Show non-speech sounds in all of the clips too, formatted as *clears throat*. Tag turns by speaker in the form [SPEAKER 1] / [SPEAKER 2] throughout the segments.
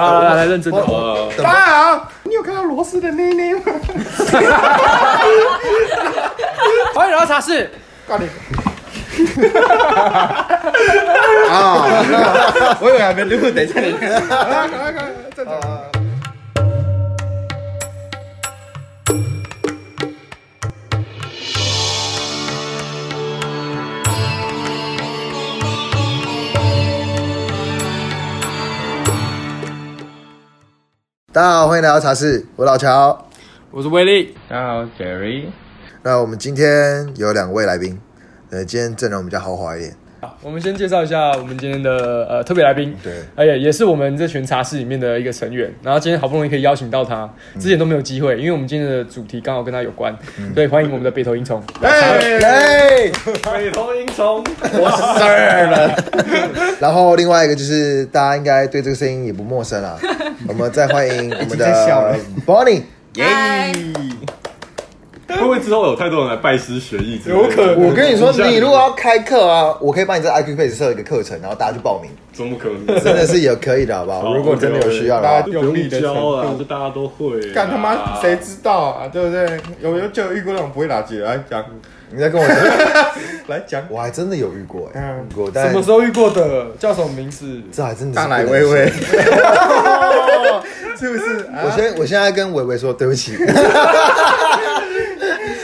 [SPEAKER 1] 来认真的。
[SPEAKER 2] 我
[SPEAKER 3] 呃
[SPEAKER 2] 当然啊，
[SPEAKER 4] 你有看到罗斯的内内吗？
[SPEAKER 1] 欢迎来到茶室，
[SPEAKER 4] 告你，
[SPEAKER 3] 我
[SPEAKER 2] 哎
[SPEAKER 3] 以为还没录，等一下你看。
[SPEAKER 4] 快快快，正常。
[SPEAKER 2] 大家好，欢迎来到茶室，我老乔。
[SPEAKER 1] 我是威力。
[SPEAKER 3] 大家好，Jerry。
[SPEAKER 2] 那我们今天有两位来宾，呃，今天阵容比较豪华一点，
[SPEAKER 1] 好，我们先介绍一下我们今天的呃特别来宾，
[SPEAKER 2] 对
[SPEAKER 1] 哎呀，也是我们这群茶室里面的一个成员。然后今天好不容易可以邀请到他，之前都没有机会，因为我们今天的主题刚好跟他有关，所以欢迎我们的北投英虫。
[SPEAKER 2] 哎，
[SPEAKER 1] 北投英虫，
[SPEAKER 2] 然后另外一个就是大家应该对这个声音也不陌生
[SPEAKER 4] *laughs*
[SPEAKER 2] 啦，我们再欢迎我们的
[SPEAKER 4] 在笑了
[SPEAKER 2] Bonnie，
[SPEAKER 3] 耶！
[SPEAKER 5] 会不会之后有太多人来拜师学艺之类的？
[SPEAKER 1] 有可能
[SPEAKER 2] 我跟你说，你如果要开课啊，我可以帮你在 IQ Face 设一个课程，然后大家去报
[SPEAKER 4] *laughs*
[SPEAKER 2] 名，
[SPEAKER 5] 怎么可能？
[SPEAKER 2] 真的是有可以的，好不好？
[SPEAKER 5] 好
[SPEAKER 2] 如果真的有需要的
[SPEAKER 4] 大
[SPEAKER 2] 话
[SPEAKER 4] 家，
[SPEAKER 5] 就不用教了，这大家都会啊啦。
[SPEAKER 4] 干他妈谁知道啊？对不对？有有就有遇过那种不会打结来讲，
[SPEAKER 2] 你再跟我讲，
[SPEAKER 4] 来讲。
[SPEAKER 2] 我还真的有遇过哎，
[SPEAKER 4] 嗯
[SPEAKER 2] 遇过，但
[SPEAKER 1] 什么时候遇过的？叫什么名字？
[SPEAKER 2] 这还真的是
[SPEAKER 4] 大奶
[SPEAKER 2] 不能
[SPEAKER 1] *laughs*
[SPEAKER 4] 微微，
[SPEAKER 2] 说。
[SPEAKER 4] 是不是？
[SPEAKER 2] 我
[SPEAKER 4] 啊，
[SPEAKER 2] 先我现在跟伟伟说对不
[SPEAKER 4] *laughs*
[SPEAKER 2] 起，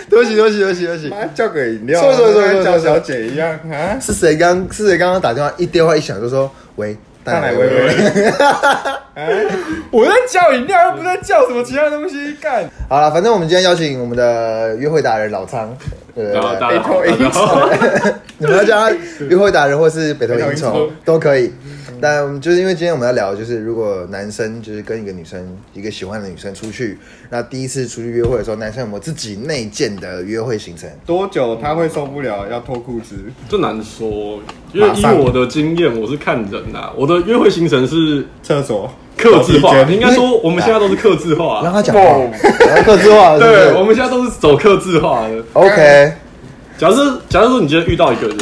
[SPEAKER 2] 对不起，对不起，对不起，对不起。
[SPEAKER 4] 妈叫个饮料，
[SPEAKER 2] 错错错错
[SPEAKER 4] 叫
[SPEAKER 2] 错
[SPEAKER 4] 小姐一样啊。
[SPEAKER 2] 是谁刚是谁刚刚打电话一电话一响就说喂，
[SPEAKER 4] 大奶
[SPEAKER 2] 奶
[SPEAKER 4] 微微，
[SPEAKER 1] 哎
[SPEAKER 4] *laughs* 哎
[SPEAKER 1] 我在叫饮料，又不在叫什么其他东西，干。
[SPEAKER 2] 好了，反正我们今天邀请我们的约会达人老苍，对不
[SPEAKER 5] 然后
[SPEAKER 2] 对
[SPEAKER 4] 哎
[SPEAKER 5] *laughs* 大家好，大家好，
[SPEAKER 2] 你们要叫他约会达人或是北头银虫都可以。但就是因为今天我们要聊，就是如果男生就是跟一个女生，一个喜欢的女生出去，那第一次出去约会的时候，男生有没有自己内建的约会行程？
[SPEAKER 4] 多久他会受不了要脱裤子？
[SPEAKER 5] 这难说，因为
[SPEAKER 4] 马
[SPEAKER 5] 以
[SPEAKER 4] 上
[SPEAKER 5] 我的经验，我是看人呐、我的约会行程是
[SPEAKER 4] 厕所，
[SPEAKER 5] 克制化
[SPEAKER 4] 楼，梯间
[SPEAKER 5] 应该说我们现在都是克制化
[SPEAKER 2] 让。他讲话，然后各自话，是不
[SPEAKER 5] 哦对，我
[SPEAKER 2] 是
[SPEAKER 5] 们现在都是走克制化的。
[SPEAKER 2] ？OK，
[SPEAKER 5] 假设假设说你今天遇到一个人，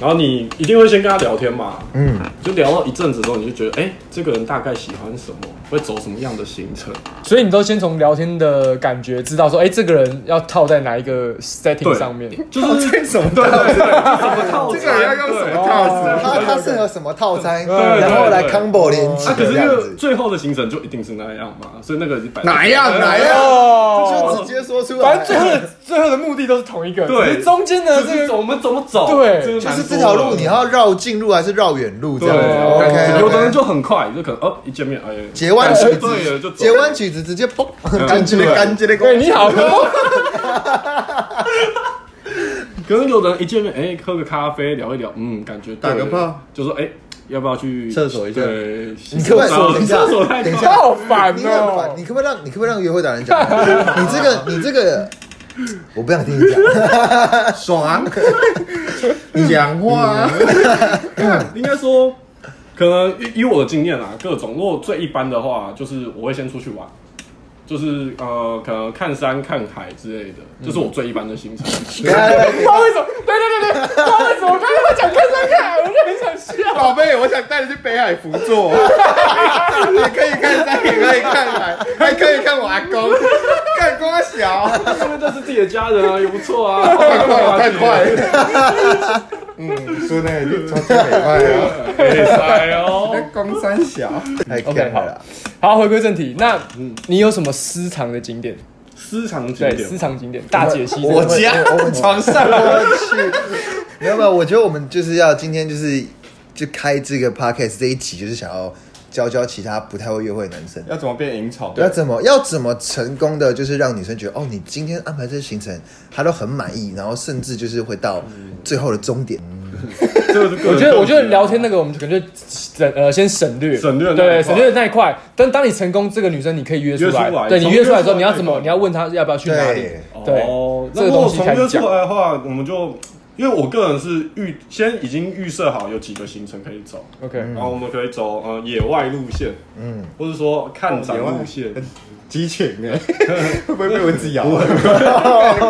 [SPEAKER 5] 然后你一定会先跟他聊天嘛，
[SPEAKER 2] 嗯，
[SPEAKER 5] 就聊到一阵子之后，你就觉得，哎、这个人大概喜欢什么，会走什么样的行程，
[SPEAKER 1] 所以你都先从聊天的感觉知道说，哎、这个人要套在哪一个 setting 上面？
[SPEAKER 5] 就是
[SPEAKER 4] 这什么？
[SPEAKER 5] 对对对，怎么套
[SPEAKER 4] 这个人要用什么套子？
[SPEAKER 2] 他他适合什么套餐，
[SPEAKER 5] 对
[SPEAKER 2] 然后来 combo 连
[SPEAKER 5] 啊，可
[SPEAKER 2] 接这
[SPEAKER 5] 是那
[SPEAKER 2] 样
[SPEAKER 5] 个
[SPEAKER 2] 子，
[SPEAKER 5] 最后的行程就一定是那样嘛，所以那个已经摆
[SPEAKER 4] *laughs* 哪样哪
[SPEAKER 1] 哎
[SPEAKER 5] *laughs*
[SPEAKER 4] 样？
[SPEAKER 1] 哦，
[SPEAKER 2] 就直接说出来。
[SPEAKER 1] 反正最后的最后的目的都是同一个，
[SPEAKER 5] 对
[SPEAKER 1] 只是中间呢，
[SPEAKER 5] 就
[SPEAKER 1] 这
[SPEAKER 5] 是
[SPEAKER 1] 个
[SPEAKER 5] 我们怎么走？
[SPEAKER 1] 对
[SPEAKER 5] 个
[SPEAKER 2] 就
[SPEAKER 5] 难
[SPEAKER 2] 是
[SPEAKER 5] 说
[SPEAKER 2] 这条路
[SPEAKER 5] 了
[SPEAKER 2] 你要绕近路还是绕远路这
[SPEAKER 5] 对
[SPEAKER 2] 样子？OK，
[SPEAKER 5] 有的人就很快，就可能哦一见面哎，
[SPEAKER 2] 截弯曲
[SPEAKER 5] 对了就
[SPEAKER 2] 子，
[SPEAKER 5] 走
[SPEAKER 2] 截弯曲子直接嘣，
[SPEAKER 4] 干净的干净的，
[SPEAKER 1] 对你好，
[SPEAKER 5] 可能有的人一见面哎喝个咖啡聊一聊，嗯，感觉对
[SPEAKER 4] 打个炮，
[SPEAKER 5] 就说哎要不要去
[SPEAKER 4] 厕所一下
[SPEAKER 5] 对，你
[SPEAKER 2] 可不可以说等一下
[SPEAKER 5] 厕所太
[SPEAKER 2] 等一
[SPEAKER 1] 他
[SPEAKER 2] 下
[SPEAKER 5] 快
[SPEAKER 1] 好烦
[SPEAKER 2] 你很
[SPEAKER 1] 哦
[SPEAKER 2] 烦，、你可不可以让你可不可以让约会达人讲？ *laughs* 你这个你这个，我不想听你讲。
[SPEAKER 4] 爽， *laughs* 讲话啊，
[SPEAKER 5] 应该说。可能以以我的经验啊，各种如果最一般的话，就是我会先出去玩，就是呃，可能看山看海之类的，这、是我最一般的行程。
[SPEAKER 1] 不知道为什么，对对对对，不知道为什么我刚刚在讲看山看海，我就很想笑。
[SPEAKER 4] 宝贝，我想带你去北海福 *laughs* 座，你可以看山，也可以看海，还可以看我阿公，看光小，
[SPEAKER 5] 说明这是自己的家人啊，也不错啊。
[SPEAKER 4] 太快
[SPEAKER 5] *laughs*
[SPEAKER 4] 了，太快了。嗯，说那个超级美快啊，
[SPEAKER 5] 哎塞哦！
[SPEAKER 4] 光山小，
[SPEAKER 2] 太
[SPEAKER 1] OK，
[SPEAKER 2] 干
[SPEAKER 1] 好
[SPEAKER 2] 了啦。
[SPEAKER 1] *laughs* 好，回归正题，那你有什么私藏的景点？
[SPEAKER 5] 私藏景
[SPEAKER 1] 对，
[SPEAKER 5] 点
[SPEAKER 1] 私，藏景点大解析。
[SPEAKER 2] 我家
[SPEAKER 4] 我们床上
[SPEAKER 2] 我去，没有没有，我觉得我们就是要今天就是就开这个 podcast 这一集，就是想要教教其他不太会约会的男生。
[SPEAKER 4] 要怎么变淫丑？
[SPEAKER 2] 要怎么要怎么成功的，就是让女生觉得哦，你今天安排这个行程，她都很满意，然后甚至就是会到最后的终点。
[SPEAKER 5] 这个是个人
[SPEAKER 1] 我觉得，
[SPEAKER 5] 特
[SPEAKER 1] 我觉得
[SPEAKER 5] 质
[SPEAKER 1] 聊天那个，我们可能就省呃先省略，
[SPEAKER 5] 省略那一块
[SPEAKER 1] 对省略那一块。但当你成功，这个女生你可以约出
[SPEAKER 5] 约出
[SPEAKER 1] 来，
[SPEAKER 5] 来
[SPEAKER 1] 对你
[SPEAKER 5] 从
[SPEAKER 1] 约出来之后，
[SPEAKER 5] 约出来
[SPEAKER 1] 你要怎
[SPEAKER 5] 那
[SPEAKER 1] 么？
[SPEAKER 5] 一块
[SPEAKER 1] 你要问她要不要去哪里
[SPEAKER 2] 对？
[SPEAKER 1] 对
[SPEAKER 5] 哦，，
[SPEAKER 1] 这
[SPEAKER 5] 那
[SPEAKER 1] 个
[SPEAKER 5] 如
[SPEAKER 1] 东
[SPEAKER 5] 果
[SPEAKER 1] 西
[SPEAKER 5] 从
[SPEAKER 1] 开始
[SPEAKER 5] 约
[SPEAKER 1] 讲
[SPEAKER 5] 出。来的话，我们就因为我个人是预先已经预设好有几个行程可以走，
[SPEAKER 1] OK，
[SPEAKER 5] 然后我们可以走呃野外路线，嗯，或者说看展路线。
[SPEAKER 1] 哦
[SPEAKER 4] 激情哎，会不会被蚊子咬？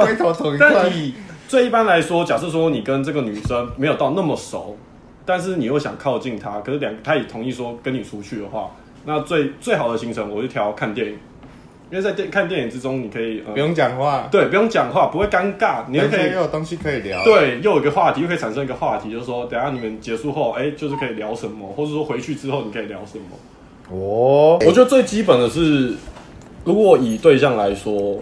[SPEAKER 4] 龟头同一块
[SPEAKER 5] 但，以最一般来说，假设说你跟这个女生没有到那么熟，但是你又想靠近她，可是两她也同意说跟你出去的话，那最最好的行程，我就挑看电影，因为在电看电影之中，你可以、呃、
[SPEAKER 4] 不用讲话，
[SPEAKER 5] 对不用讲话，不会尴尬，你又
[SPEAKER 4] 人
[SPEAKER 5] 可
[SPEAKER 4] 家
[SPEAKER 5] 以
[SPEAKER 4] 又有东西可以聊。，
[SPEAKER 5] 对，又有一个话题，又可以产生一个话题，就是说，等一下你们结束后，哎、就是可以聊什么，或者说回去之后你可以聊什么。
[SPEAKER 2] 哦，
[SPEAKER 5] 哎我觉得最基本的是，如果以对象来说，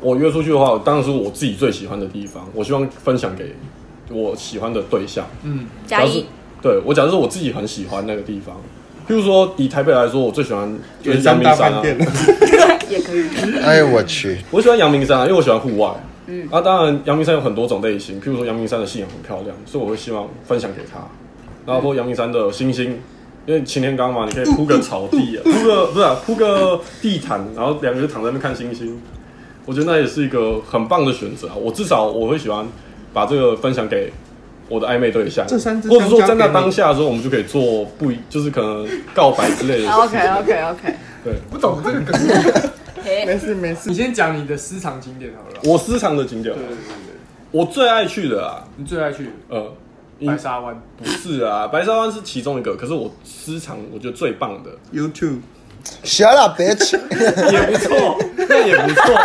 [SPEAKER 5] 我约出去的话，当然是我自己最喜欢的地方，我希望分享给我喜欢的对象。
[SPEAKER 6] 加
[SPEAKER 5] 假如
[SPEAKER 6] 一
[SPEAKER 5] 是，对我假如是我自己很喜欢那个地方，譬如说以台北来说，我最喜欢就是
[SPEAKER 4] 原
[SPEAKER 5] 阳
[SPEAKER 4] 乡
[SPEAKER 5] 明
[SPEAKER 4] 大
[SPEAKER 5] 山
[SPEAKER 4] 饭
[SPEAKER 5] 啊，
[SPEAKER 4] 店，
[SPEAKER 6] 也可以。
[SPEAKER 2] 哎我去，
[SPEAKER 5] 我喜欢阳明山啊，因为我喜欢户外。嗯，那、当然，阳明山有很多种类型，譬如说阳明山的信仰很漂亮，所以我会希望分享给他。然后或阳明山的星星，因为晴天刚嘛，你可以铺个草地
[SPEAKER 4] 嗯
[SPEAKER 5] 啊，铺个不是、啊、铺个地毯，然后两个人躺在那边看星星，我觉得那也是一个很棒的选择啊。我至少我会喜欢把这个分享给我的暧昧对象，
[SPEAKER 4] 这三支
[SPEAKER 5] 或者说
[SPEAKER 4] 香蕉
[SPEAKER 5] 在那
[SPEAKER 4] 给你
[SPEAKER 5] 当下的时候，我们就可以做不一，就是可能告白
[SPEAKER 4] *laughs*
[SPEAKER 5] 之类的事情。
[SPEAKER 6] OK OK OK，
[SPEAKER 5] 对，
[SPEAKER 1] 不懂这个梗。
[SPEAKER 6] 嘿，
[SPEAKER 4] 没事没事。
[SPEAKER 1] 你先讲你的私藏景点好了。
[SPEAKER 5] 我私藏的景点
[SPEAKER 1] 对，对对对，
[SPEAKER 5] 我最爱去的啊，
[SPEAKER 1] 你最爱去
[SPEAKER 5] 呃。
[SPEAKER 1] 白沙湾，
[SPEAKER 5] 不是啊，白沙湾是其中一个，可是我私藏我觉得最棒的，
[SPEAKER 4] YouTube，
[SPEAKER 2] shut up bitch，
[SPEAKER 5] 也不错，那也不错。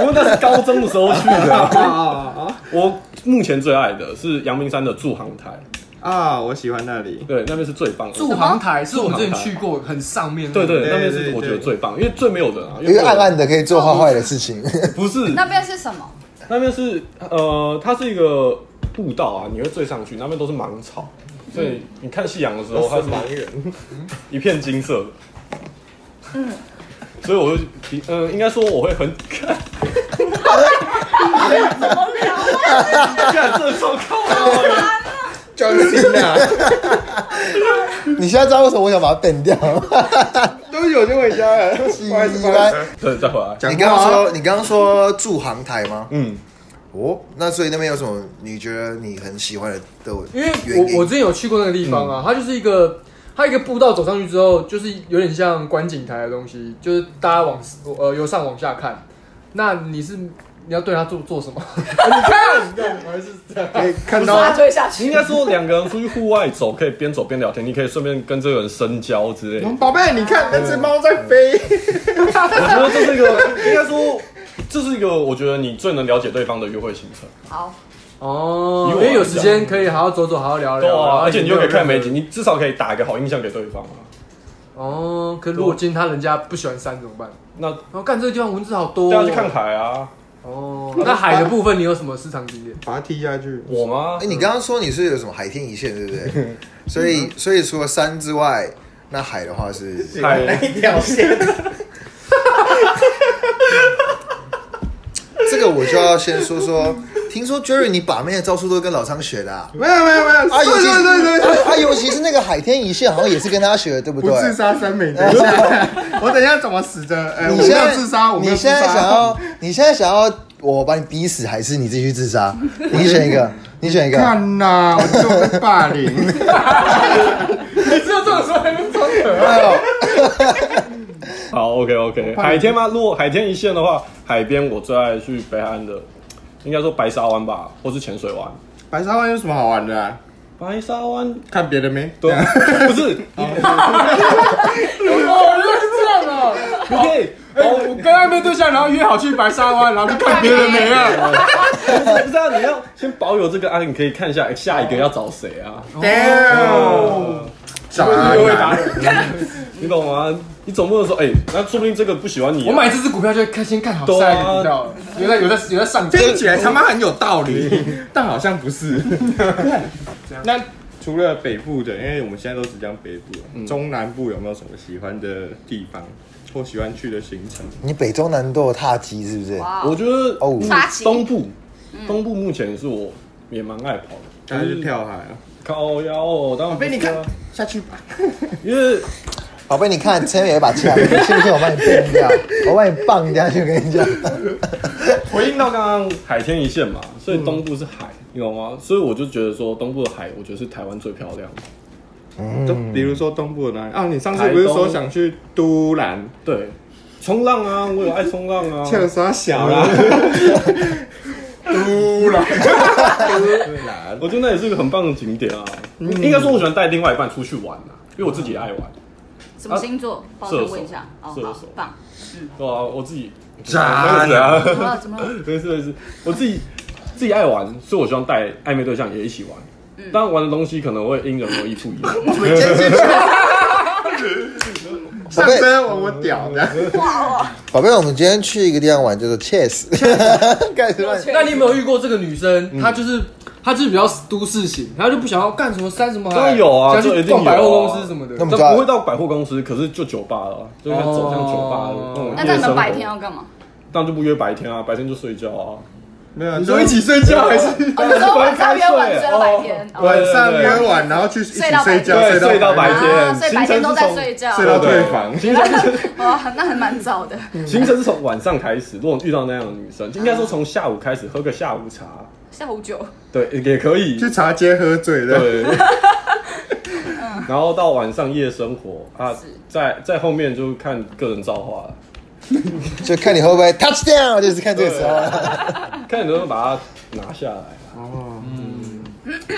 [SPEAKER 5] 不过那是高中的时候去的啊。我目前最爱的是阳明山的驻航台，
[SPEAKER 4] 啊，我喜欢那里。
[SPEAKER 5] 对，那边是最棒的。
[SPEAKER 1] 驻航台是我们之前
[SPEAKER 5] 驻航台
[SPEAKER 1] 去过很上面那
[SPEAKER 5] 对
[SPEAKER 1] 个。
[SPEAKER 5] 对，那边
[SPEAKER 4] 对
[SPEAKER 5] 是
[SPEAKER 4] 对
[SPEAKER 5] 我觉得最棒，因为最没有人啊。因
[SPEAKER 2] 一
[SPEAKER 5] 为
[SPEAKER 2] 个暗暗的可以做坏坏的事情，
[SPEAKER 5] 不是
[SPEAKER 6] 那边是什么？
[SPEAKER 5] 那边是呃，它是一个步道啊，你会追上去，那边都是芒草，所以你看夕阳的时候，它是
[SPEAKER 4] 盲人，
[SPEAKER 5] 一片金色的。所以我就提，嗯、应该说我会很， *laughs* 干这超靠腰的，
[SPEAKER 4] 专心啊，
[SPEAKER 2] 你现在知道为什么我想把它变掉？
[SPEAKER 4] 都有就回家了。不好意思，不好意思。
[SPEAKER 5] 对，再回来，
[SPEAKER 2] *laughs* 你刚刚说你刚刚说驻航台吗？
[SPEAKER 5] 嗯，
[SPEAKER 2] 哦，那所以那边有什么你觉得你很喜欢的的
[SPEAKER 1] 因为
[SPEAKER 2] 原因？
[SPEAKER 1] 我我之前有去过那个地方啊，
[SPEAKER 5] 嗯
[SPEAKER 1] 它就是一个它一个步道走上去之后，就是有点像观景台的东西，就是大家往呃由上往下看。那你是你要对它做做什么？
[SPEAKER 4] 可以看
[SPEAKER 6] 把它
[SPEAKER 4] 到
[SPEAKER 6] 推下去。
[SPEAKER 5] 应该说两个人出去户外走，可以边走边聊天，你可以顺便跟这个人深交之类的。
[SPEAKER 4] 宝贝，你看那只猫在飞。
[SPEAKER 5] 我觉得这是一个，应该说这是一个，我觉得你最能了解对方的约会行程。
[SPEAKER 6] 好，
[SPEAKER 1] 哦，
[SPEAKER 5] 以
[SPEAKER 1] *laughs* 因
[SPEAKER 5] 我来讲
[SPEAKER 1] 为有时间可以好好走走，好好聊
[SPEAKER 5] 对
[SPEAKER 1] 聊。
[SPEAKER 5] 啊，而且你又可以看美
[SPEAKER 1] 景。
[SPEAKER 5] 景，你至少可以打一个好印象给对方啊。
[SPEAKER 1] 哦，可是如果今天他人家不喜欢山怎么办？
[SPEAKER 5] 那
[SPEAKER 1] 然后干这个地方蚊子好多、
[SPEAKER 5] 大
[SPEAKER 1] 哦，
[SPEAKER 5] 家去看海啊，
[SPEAKER 1] 哦，那海的部分你有什么市场
[SPEAKER 5] *laughs*
[SPEAKER 1] 景点？
[SPEAKER 4] 把它踢下去。
[SPEAKER 5] 我吗
[SPEAKER 2] 哎、？你刚刚说你是有什么海天一线，对不对？所以所以除了山之外，那海的话是 *laughs*
[SPEAKER 5] 海
[SPEAKER 4] 一条线，
[SPEAKER 2] 这个，我就要先说说。听说 Jerry 你把妹的招数都跟老张学的啊？
[SPEAKER 4] 没有没有没有，
[SPEAKER 2] 啊，
[SPEAKER 4] 对
[SPEAKER 2] 尤其
[SPEAKER 4] 对对对，
[SPEAKER 2] 啊，尤其是那个海天一线，好像也是跟他学的，对不对
[SPEAKER 4] 不？自杀三美。等一下，我等一下怎么死的？呃，我
[SPEAKER 2] 你
[SPEAKER 4] 没
[SPEAKER 2] 现
[SPEAKER 4] 有
[SPEAKER 2] 在
[SPEAKER 4] 自杀，我没有
[SPEAKER 2] 你
[SPEAKER 4] 自
[SPEAKER 2] 现在想
[SPEAKER 4] 杀。
[SPEAKER 2] 要，你现在想要我把你逼死，还是你自己去自
[SPEAKER 4] *laughs*
[SPEAKER 2] 杀？你选一个，你选一个。
[SPEAKER 4] 看呐，我就被霸凌。
[SPEAKER 1] 你只有这种时候才 *laughs* 能装可
[SPEAKER 2] 哎呦
[SPEAKER 5] 好，OK OK，海天吗？如果海天一线的话，海边我最爱去北海岸的，应该说白沙湾吧，或是浅水湾。
[SPEAKER 4] 白沙湾有什么好玩的啊？
[SPEAKER 5] 白沙湾
[SPEAKER 4] 看别的没？
[SPEAKER 5] 对，不是你
[SPEAKER 1] 哦，原来是这样哦。
[SPEAKER 5] *laughs* 你可以，
[SPEAKER 1] 哦，我跟暧昧对象，然后约好去白沙湾，然后去看别人没啊。
[SPEAKER 5] 不是啊，你要先保有这个啊，你可以看一下下一个要找谁啊，
[SPEAKER 4] 哦 Damn！渣男，
[SPEAKER 5] *laughs* 你懂吗？你总不能说哎，那说不定这个不喜欢你啊，
[SPEAKER 1] 我买这只股票就看先看好
[SPEAKER 5] 对啊
[SPEAKER 1] 下一个股票了，有在有在有在上涨。
[SPEAKER 4] 听起来他妈很有道理， *laughs* 但好像不
[SPEAKER 1] *laughs*
[SPEAKER 4] 是。那除了北部的，因为我们现在都只讲北部啊，中南部有没有什么喜欢的地方或喜欢去的行程？
[SPEAKER 2] 你北中南都有踏机是不是？
[SPEAKER 6] 哇，
[SPEAKER 5] 我觉得
[SPEAKER 2] 哦
[SPEAKER 5] 嗯
[SPEAKER 6] 插旗
[SPEAKER 5] 东部，东部目前是我也蛮爱跑的，
[SPEAKER 4] 大家去跳海啊！
[SPEAKER 5] 靠腰哦，当然不是
[SPEAKER 4] 被
[SPEAKER 5] 啊
[SPEAKER 4] 你看下去吧。
[SPEAKER 5] 因为
[SPEAKER 2] 宝贝，你看，前面有一把
[SPEAKER 4] *laughs*
[SPEAKER 2] 枪，你信不信我帮你崩掉？我帮你棒掉去，我跟你讲。
[SPEAKER 5] 回应到刚刚海天一线嘛，所以东部是海，你懂吗？所以我就觉得说东部的海，我觉得是台湾最漂亮的。
[SPEAKER 4] 都
[SPEAKER 1] 嗯
[SPEAKER 4] 比如说东部的哪里啊？你上次不是说想去都兰？
[SPEAKER 5] 对，冲浪啊，我有爱冲浪啊。
[SPEAKER 4] 欠啥小 *laughs* 啦？都兰，都 *laughs* 兰，
[SPEAKER 5] 我觉得那也是一个很棒的景点啊。应该说，我喜欢带另外一半出去玩啊，因为我自己也爱玩。
[SPEAKER 6] 什么星座？帮我问一下。哦，
[SPEAKER 5] 射手
[SPEAKER 6] 好，棒。
[SPEAKER 5] 对啊，我自己
[SPEAKER 2] 渣
[SPEAKER 5] 男，
[SPEAKER 6] 好，怎么了？
[SPEAKER 5] 啊 *laughs* 没事没事，我自己自己爱玩，所以我希望带暧昧对象也一起玩。当然玩的东西可能会因人而异不一样，
[SPEAKER 2] 我们先进去。宝
[SPEAKER 4] 上
[SPEAKER 2] 贝，
[SPEAKER 4] 身我我屌的，
[SPEAKER 2] 宝贝，我们今天去一个地方玩，叫做 Chess，干
[SPEAKER 4] *laughs*
[SPEAKER 2] 什么？
[SPEAKER 1] *laughs* 那你有没有遇过这个女
[SPEAKER 5] 嗯
[SPEAKER 1] 生？她就是她就是比较都市型，她就不想要干什么山什么海，
[SPEAKER 5] 当然有啊
[SPEAKER 1] 想
[SPEAKER 5] 这
[SPEAKER 1] 去
[SPEAKER 5] 一定有啊
[SPEAKER 1] 逛百货公司什么的
[SPEAKER 2] 那。
[SPEAKER 5] 但不会到百货公司，可是就酒吧了，啊就会走向酒吧的那种夜生活。
[SPEAKER 6] 那那你们白天要干嘛？
[SPEAKER 5] 当然就不约白天啊，白天就睡觉啊。
[SPEAKER 4] 没有，
[SPEAKER 5] 你
[SPEAKER 4] 就
[SPEAKER 5] 说一起睡觉还是
[SPEAKER 6] 哦，你说晚上约晚睡到白天。哦
[SPEAKER 4] 晚上约晚，然后去一起睡觉，
[SPEAKER 5] 哦对睡到白天
[SPEAKER 6] 啊，所以哦白天都在
[SPEAKER 5] 行程是从
[SPEAKER 6] 睡觉。
[SPEAKER 4] 睡到退
[SPEAKER 6] *laughs*
[SPEAKER 4] 房。
[SPEAKER 5] 行程是
[SPEAKER 6] 哦，那还蛮早的。
[SPEAKER 5] 行程是从晚上开始，如果遇到那样的女生，应该说从下午开始喝个下午茶，
[SPEAKER 6] 下午九，
[SPEAKER 5] 对，也可以。
[SPEAKER 4] 去茶街喝醉的，
[SPEAKER 5] 对。
[SPEAKER 6] 嗯
[SPEAKER 5] 然后到晚上夜生活啊，在在后面就看个人造化了，
[SPEAKER 2] 就看你会不会 touchdown，就是看这个时候了。
[SPEAKER 5] 看你能不能把它拿下来啊。哦，嗯，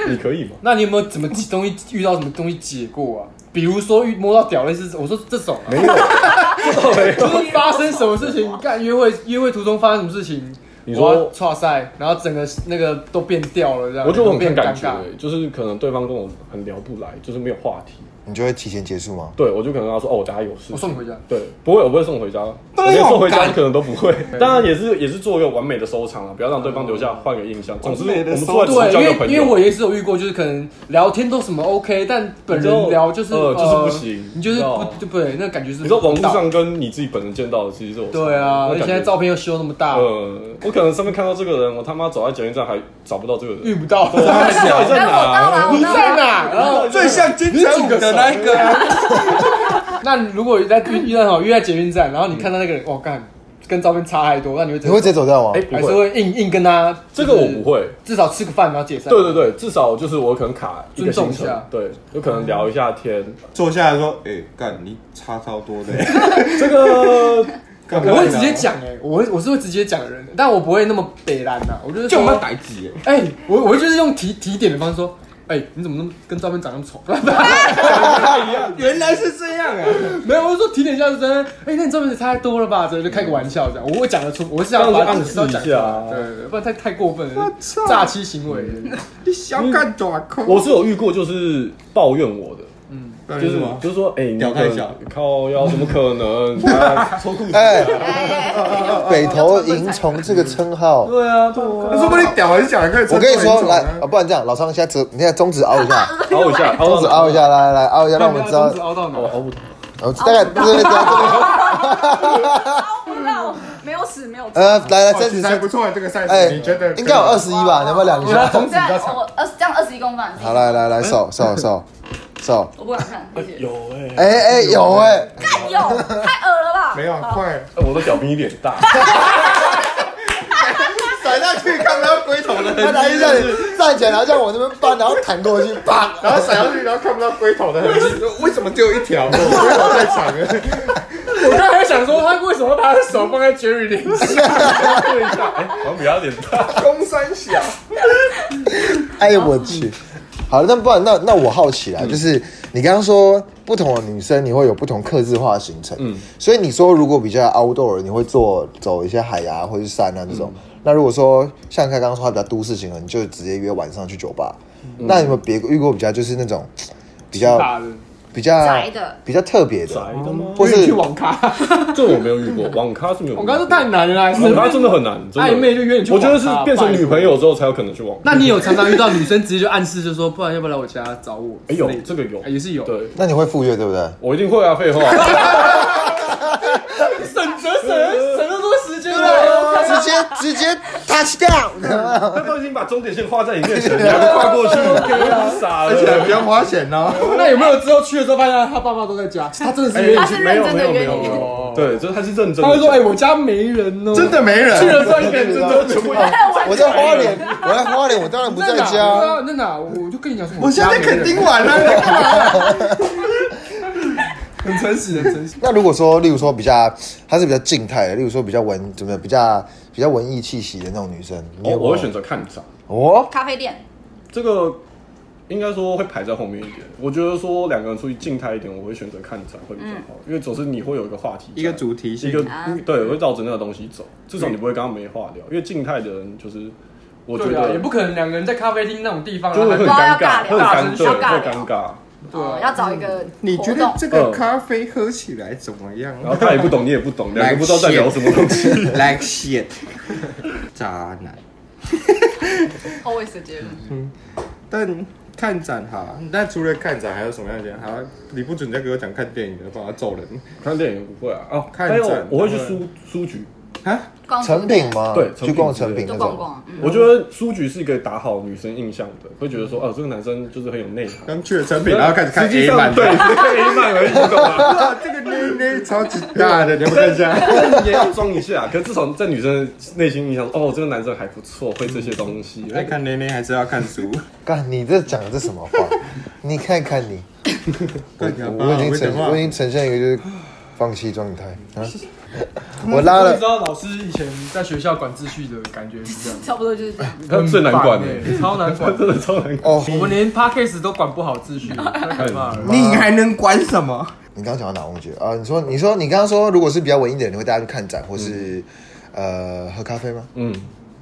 [SPEAKER 5] 你可以吗？
[SPEAKER 1] 那你有没有怎么东西遇到什么东西解过啊？比如说遇摸到屌类似，我说这种啊，
[SPEAKER 2] 没有，
[SPEAKER 1] 就是发生什么事情，干约会约会途中发生什么事情，
[SPEAKER 5] 你说
[SPEAKER 1] 哇赛，然后整个那个都变掉了这样，
[SPEAKER 5] 我觉得我很
[SPEAKER 1] 变
[SPEAKER 5] 看感
[SPEAKER 1] 尴
[SPEAKER 5] 觉
[SPEAKER 1] 尬。
[SPEAKER 5] 欸，就是可能对方跟我很聊不来，就是没有话题。
[SPEAKER 2] 你就会提前结束吗？
[SPEAKER 5] 对，我就可能跟他说，哦，我等下有事，
[SPEAKER 1] 我送你回家。
[SPEAKER 5] 对，不会，我不会送回家，我连送回家可能都不会。 *laughs* 当然也是也是做一个完美的收场啊，不要让对方留下坏的印象。总之，我
[SPEAKER 4] 完美的
[SPEAKER 5] 们
[SPEAKER 4] 收
[SPEAKER 5] 出来只是
[SPEAKER 1] 对，
[SPEAKER 5] 交
[SPEAKER 1] 因
[SPEAKER 5] 个朋
[SPEAKER 1] 为因为我
[SPEAKER 5] 友。
[SPEAKER 1] 也是有遇过，就是可能聊天都什么 OK，但本
[SPEAKER 5] 你知道
[SPEAKER 1] 人聊就是
[SPEAKER 5] 呃就是不行
[SPEAKER 1] 你就是不
[SPEAKER 5] 你知道
[SPEAKER 1] 就不对，那感觉是
[SPEAKER 5] 你说网络
[SPEAKER 1] 不到
[SPEAKER 5] 上跟你自己本人见到的其实是有差
[SPEAKER 1] 对啊，而
[SPEAKER 5] 那
[SPEAKER 1] 且现
[SPEAKER 5] 感
[SPEAKER 1] 在
[SPEAKER 5] 觉
[SPEAKER 1] 照片又修那么大，
[SPEAKER 5] 呃，我可能上面看到这个人，我他妈走在捷运站还找不到这个
[SPEAKER 1] 遇
[SPEAKER 5] 人，
[SPEAKER 1] 不到，
[SPEAKER 5] 到底在哪？
[SPEAKER 6] 哎，我到了，我
[SPEAKER 1] *laughs* 你
[SPEAKER 6] 到了
[SPEAKER 1] 在。哪？然后
[SPEAKER 4] 最像金城武的那一个啊，
[SPEAKER 1] 那如果在遇遇到好约在捷运站，然后你看到那个人，哇干，跟照片差太多，那你会
[SPEAKER 2] 你会直接走掉吗？
[SPEAKER 5] 哎，
[SPEAKER 1] 还
[SPEAKER 5] 不
[SPEAKER 1] 是
[SPEAKER 5] 会，
[SPEAKER 1] 会硬硬跟他？
[SPEAKER 5] 这个我
[SPEAKER 1] 就是
[SPEAKER 5] 不会。
[SPEAKER 1] 至少吃个饭然后解散。
[SPEAKER 5] 对对对，至少就是我可能卡一个
[SPEAKER 1] 尊重
[SPEAKER 5] 行
[SPEAKER 1] 一
[SPEAKER 5] 程
[SPEAKER 1] 下，
[SPEAKER 5] 对，有可能聊一下天。
[SPEAKER 4] 坐下来说，哎，干你差超多的，
[SPEAKER 5] 这个
[SPEAKER 4] *laughs* 干
[SPEAKER 1] 我会直接，讲哎、我会我是会直接讲的人，但我不会那么北蓝呐、我就是
[SPEAKER 4] 就
[SPEAKER 1] 说
[SPEAKER 4] 我们逮鸡，
[SPEAKER 1] 哎、我我就是用提提点的方式说，哎、你怎么那么跟照片长那么丑？
[SPEAKER 4] 原来是这样啊，
[SPEAKER 1] 没有，我是说提点一下是真的，哎、那你照片也差太多了吧？这就开个玩笑这样，我会讲得出，我是要把它
[SPEAKER 5] 这样子暗示一下啊
[SPEAKER 1] 对对对，不然太太过分了
[SPEAKER 4] 操，
[SPEAKER 1] 诈欺行为。
[SPEAKER 4] 你想干爪空
[SPEAKER 5] 我是有遇过，就是抱怨我的，
[SPEAKER 4] 就
[SPEAKER 5] 就是
[SPEAKER 4] 是吗？
[SPEAKER 5] 就是说，哎，你
[SPEAKER 4] 屌太小
[SPEAKER 5] 可能靠腰，怎么可能？啊脱裤子
[SPEAKER 2] 哎，
[SPEAKER 6] 哎
[SPEAKER 2] 北投银虫这个称号，
[SPEAKER 5] 对啊，对
[SPEAKER 4] 那
[SPEAKER 5] 啊，
[SPEAKER 4] 说不定屌很小，还可以
[SPEAKER 2] 我
[SPEAKER 4] 撑
[SPEAKER 2] 跟你说，
[SPEAKER 4] 过
[SPEAKER 2] 来
[SPEAKER 4] 一种啊，
[SPEAKER 2] 啊，不然这样，老张，你现在指，你现在中指凹一
[SPEAKER 4] *laughs*
[SPEAKER 2] 下，
[SPEAKER 5] 凹一下，
[SPEAKER 2] 中
[SPEAKER 5] 凹
[SPEAKER 2] 指
[SPEAKER 5] 到
[SPEAKER 2] 凹一下，来来来，凹一下，让我们知道
[SPEAKER 1] 看你要中指，凹到哪？
[SPEAKER 5] 哦，凹不
[SPEAKER 2] 我大概这边这样这边，
[SPEAKER 6] 不到，没有屎，没有吃。
[SPEAKER 2] 呃，来来，
[SPEAKER 4] 哦
[SPEAKER 2] 三
[SPEAKER 4] 其
[SPEAKER 2] 十
[SPEAKER 4] 实还
[SPEAKER 2] 三，
[SPEAKER 4] 不错，这个 size，、
[SPEAKER 2] 哎，
[SPEAKER 4] 你觉得
[SPEAKER 2] 应该有二十一吧？你要不要量一
[SPEAKER 1] 我要
[SPEAKER 2] 下？
[SPEAKER 1] 中指
[SPEAKER 6] 这
[SPEAKER 1] 比较
[SPEAKER 6] 样
[SPEAKER 1] 长。
[SPEAKER 6] 啊我二这样二十一公分，
[SPEAKER 2] 好，来来来，手手手手，
[SPEAKER 6] 我不敢看，谢谢。
[SPEAKER 5] 有哎，
[SPEAKER 2] 哎哎，有哎，
[SPEAKER 6] 哎呦，太恶了吧？
[SPEAKER 4] 没有啊
[SPEAKER 6] 好，
[SPEAKER 4] 快
[SPEAKER 5] 我的脚比你脸大， *laughs*
[SPEAKER 4] 甩下去，看不到龟头的
[SPEAKER 2] 他
[SPEAKER 4] 痕
[SPEAKER 2] 来一
[SPEAKER 4] 迹，
[SPEAKER 2] 下，站起来，然后这样往这边搬，然后弹过去，啪，
[SPEAKER 4] 然后甩下去，然后看不到龟
[SPEAKER 2] *laughs*
[SPEAKER 4] 头的痕迹，为什么只有一条？龟头太长了，
[SPEAKER 1] 我刚才想说，他为什么把他的手放在 Jerry 脸上？
[SPEAKER 5] 对一下，哎，好像比他脸大。
[SPEAKER 4] 公三小，
[SPEAKER 2] 哎呦我去！好了，那不然那那我好奇啦，就是你刚刚说不同的女生你会有不同克制化的行程，嗯，所以你说如果比较 outdoor，你会做走一些海啊或是山啊这种。那如果说像他刚刚说他比较都市型的，你就直接约晚上去酒吧。那有没有别遇过比较就是那种比较
[SPEAKER 1] 大的，
[SPEAKER 2] 比较
[SPEAKER 6] 宅的
[SPEAKER 2] 比较特别的，
[SPEAKER 5] 宅的吗？
[SPEAKER 2] 或
[SPEAKER 1] 我也
[SPEAKER 2] 是
[SPEAKER 1] 去网咖，
[SPEAKER 5] 嗯这我没有遇过，网咖是没有遇过。
[SPEAKER 1] 网咖这太难了啊。
[SPEAKER 5] 网咖真的很难，真的
[SPEAKER 1] 暧昧就约你去
[SPEAKER 5] 我觉得
[SPEAKER 1] 网
[SPEAKER 5] 是
[SPEAKER 1] 咖
[SPEAKER 5] 变成
[SPEAKER 1] 拜托
[SPEAKER 5] 女朋友之后才有可能去网咖。
[SPEAKER 1] 那你有常常遇到女生直接就暗示，就说不然要不要来我家找我？
[SPEAKER 5] 哎有这个有
[SPEAKER 1] 哎也是有。
[SPEAKER 5] 对，
[SPEAKER 2] 那你会赴约对不对？
[SPEAKER 5] 我一定会啊，废话。
[SPEAKER 1] 省则省，省那么多时间啊了。
[SPEAKER 2] 直接直接 touch down，
[SPEAKER 5] 他都已经把终点线画在你面前，你还不跨
[SPEAKER 1] *laughs*
[SPEAKER 5] 啊过去，傻了。
[SPEAKER 4] *laughs* 而且不用花钱哦。
[SPEAKER 1] 那有没有之后去的时候发现他爸妈都在家？他真的是约
[SPEAKER 5] 哎
[SPEAKER 6] 他
[SPEAKER 1] 你
[SPEAKER 6] 是
[SPEAKER 1] 去？
[SPEAKER 6] 认真的约你，
[SPEAKER 1] 哦，
[SPEAKER 5] 对，就是他是认真的。
[SPEAKER 1] 他会说哎我家没人哦，
[SPEAKER 4] 真的没人，
[SPEAKER 1] *laughs* 去了之后一个人真的全部。
[SPEAKER 2] 我在花莲，我在花莲，我当然不在
[SPEAKER 1] 你知
[SPEAKER 2] 家。
[SPEAKER 1] *laughs* 道在哪？我就跟你讲说，
[SPEAKER 4] 我现在在垦丁
[SPEAKER 1] 定
[SPEAKER 4] 玩了，
[SPEAKER 1] 很诚实，很
[SPEAKER 2] *laughs*
[SPEAKER 1] 诚实。
[SPEAKER 2] *laughs* 那如果说，例如说比较，她是比较静态的，例如说比较文，怎么样比较比较文艺气息的那种女生，你有没
[SPEAKER 5] 哦我
[SPEAKER 2] 有
[SPEAKER 5] 我会选择看展。
[SPEAKER 2] 哦，
[SPEAKER 6] 咖啡店，
[SPEAKER 5] 这个应该说会排在后面一点。我觉得说两个人出去静态一点，我会选择看展会比较好，因为总是你会有一个话题在，
[SPEAKER 4] 一个主题性
[SPEAKER 5] 一个
[SPEAKER 6] 啊
[SPEAKER 5] 对，会绕着那个东西走，至少你不会跟他没话聊。因为静态的人就是，我觉
[SPEAKER 1] 对啊，
[SPEAKER 5] 得啊
[SPEAKER 1] 也不可能两个人在咖啡厅那种地方，啊
[SPEAKER 5] 就会
[SPEAKER 1] 然后
[SPEAKER 5] 很
[SPEAKER 1] 还
[SPEAKER 5] 尴
[SPEAKER 6] 大
[SPEAKER 5] 尬，
[SPEAKER 6] 家
[SPEAKER 5] 会很
[SPEAKER 1] 要尬聊
[SPEAKER 5] 尴对，
[SPEAKER 6] 大家
[SPEAKER 5] 会
[SPEAKER 6] 尬聊
[SPEAKER 5] 尴尬。
[SPEAKER 1] 啊
[SPEAKER 6] 哦，要找一个
[SPEAKER 4] 你觉
[SPEAKER 6] 活
[SPEAKER 4] 得
[SPEAKER 6] 动
[SPEAKER 4] 这
[SPEAKER 5] 嗯
[SPEAKER 4] 个咖啡喝起来怎么样？
[SPEAKER 5] 然后他也不懂，你也不懂，嗯两个不知道在
[SPEAKER 4] *laughs*
[SPEAKER 5] 聊什么东西。
[SPEAKER 4] like shit，渣男。
[SPEAKER 6] always 的结论，
[SPEAKER 4] 但看展哈，那除了看展还有什么样的？好，你不准再给我讲看电影了，不然要揍人
[SPEAKER 5] 看电影不会啊，哦，
[SPEAKER 4] 看
[SPEAKER 5] 还有
[SPEAKER 4] 展
[SPEAKER 5] 我会去
[SPEAKER 4] 当然
[SPEAKER 5] 书书局，
[SPEAKER 4] 啊！
[SPEAKER 6] 逛
[SPEAKER 2] 成品吗？
[SPEAKER 5] 对
[SPEAKER 2] 去逛成品
[SPEAKER 5] 成品之
[SPEAKER 2] 那
[SPEAKER 5] 类的
[SPEAKER 6] 就逛
[SPEAKER 2] 种。
[SPEAKER 6] 逛，嗯，
[SPEAKER 5] 我觉得书局是一个打好女生印象的，会觉得说，哦，这个男生就是很有内涵。
[SPEAKER 4] 刚去了成品，然后开始看
[SPEAKER 5] 实际
[SPEAKER 4] A
[SPEAKER 5] 上
[SPEAKER 4] 漫
[SPEAKER 5] 对，
[SPEAKER 4] 的，
[SPEAKER 5] 是看 A 漫而已，你懂吗？
[SPEAKER 4] *laughs* 哇，这个那那超级大的，你要不要看一
[SPEAKER 5] *laughs*
[SPEAKER 4] 下？
[SPEAKER 5] 但你也要装一下，可至少在女生的内心印象，哦，这个男生还不错，会这些东西。
[SPEAKER 1] 嗯
[SPEAKER 5] 哎
[SPEAKER 4] 爱看内内还是要看书？
[SPEAKER 2] 干，你这讲的这什么话？ *laughs* 你看看你，我
[SPEAKER 4] 干你啊
[SPEAKER 2] 我已经
[SPEAKER 4] 会
[SPEAKER 2] 呈
[SPEAKER 4] 讲话
[SPEAKER 2] 我已经呈现一个就是放弃状态啊！ *laughs* 我拉
[SPEAKER 1] 你
[SPEAKER 2] 了
[SPEAKER 1] 知，道老师以前在学校管秩序的感觉是这样，
[SPEAKER 6] *laughs* 差不多就是这样。
[SPEAKER 5] 他最难管的
[SPEAKER 1] 很，烦欸超难管
[SPEAKER 5] *laughs* 他。真的超难管。
[SPEAKER 2] 哦，
[SPEAKER 1] 我们连 podcast 都管不好秩序，太可怕
[SPEAKER 4] *laughs*
[SPEAKER 1] 了。
[SPEAKER 4] 你还能管什么？
[SPEAKER 2] 你刚刚讲到哪？我忘记了啊！你说，你说，你刚刚说，如果是比较文艺的人，你会带他去看展，或是、呃喝咖啡吗？
[SPEAKER 5] 嗯，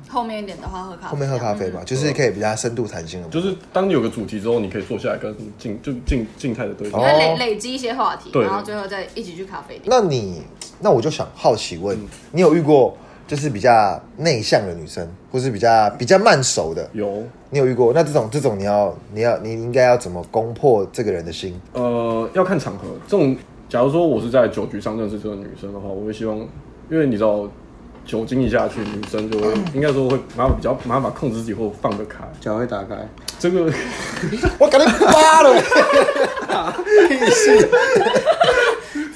[SPEAKER 6] 后面一点的话喝咖啡，
[SPEAKER 2] 后面喝咖啡吧，就是可以比较深度谈心的。
[SPEAKER 5] 就是当你有个主题之后，你可以坐下来跟静就静静态的对
[SPEAKER 6] 因
[SPEAKER 5] 话。
[SPEAKER 6] 为
[SPEAKER 2] 哦
[SPEAKER 6] 累累积一些话题，
[SPEAKER 5] 对
[SPEAKER 6] 然后最后再一起去咖啡店。
[SPEAKER 2] 那你，那我就想好奇问，
[SPEAKER 5] 嗯
[SPEAKER 2] 你有遇过就是比较内向的女生，或是比较比较慢熟的，
[SPEAKER 5] 有，
[SPEAKER 2] 你有遇过？那这种这种你要你要你应该要怎么攻破这个人的心？
[SPEAKER 5] 呃，要看场合。这种，假如说我是在酒局上认识这个女生的话，我会希望，因为你知道，酒精一下去，女生就会
[SPEAKER 1] 嗯
[SPEAKER 5] 应该说会麻烦比较麻烦控制自己或放得开。
[SPEAKER 4] 脚会打开，
[SPEAKER 5] 这个 *laughs*
[SPEAKER 2] 我感觉扒了， *laughs*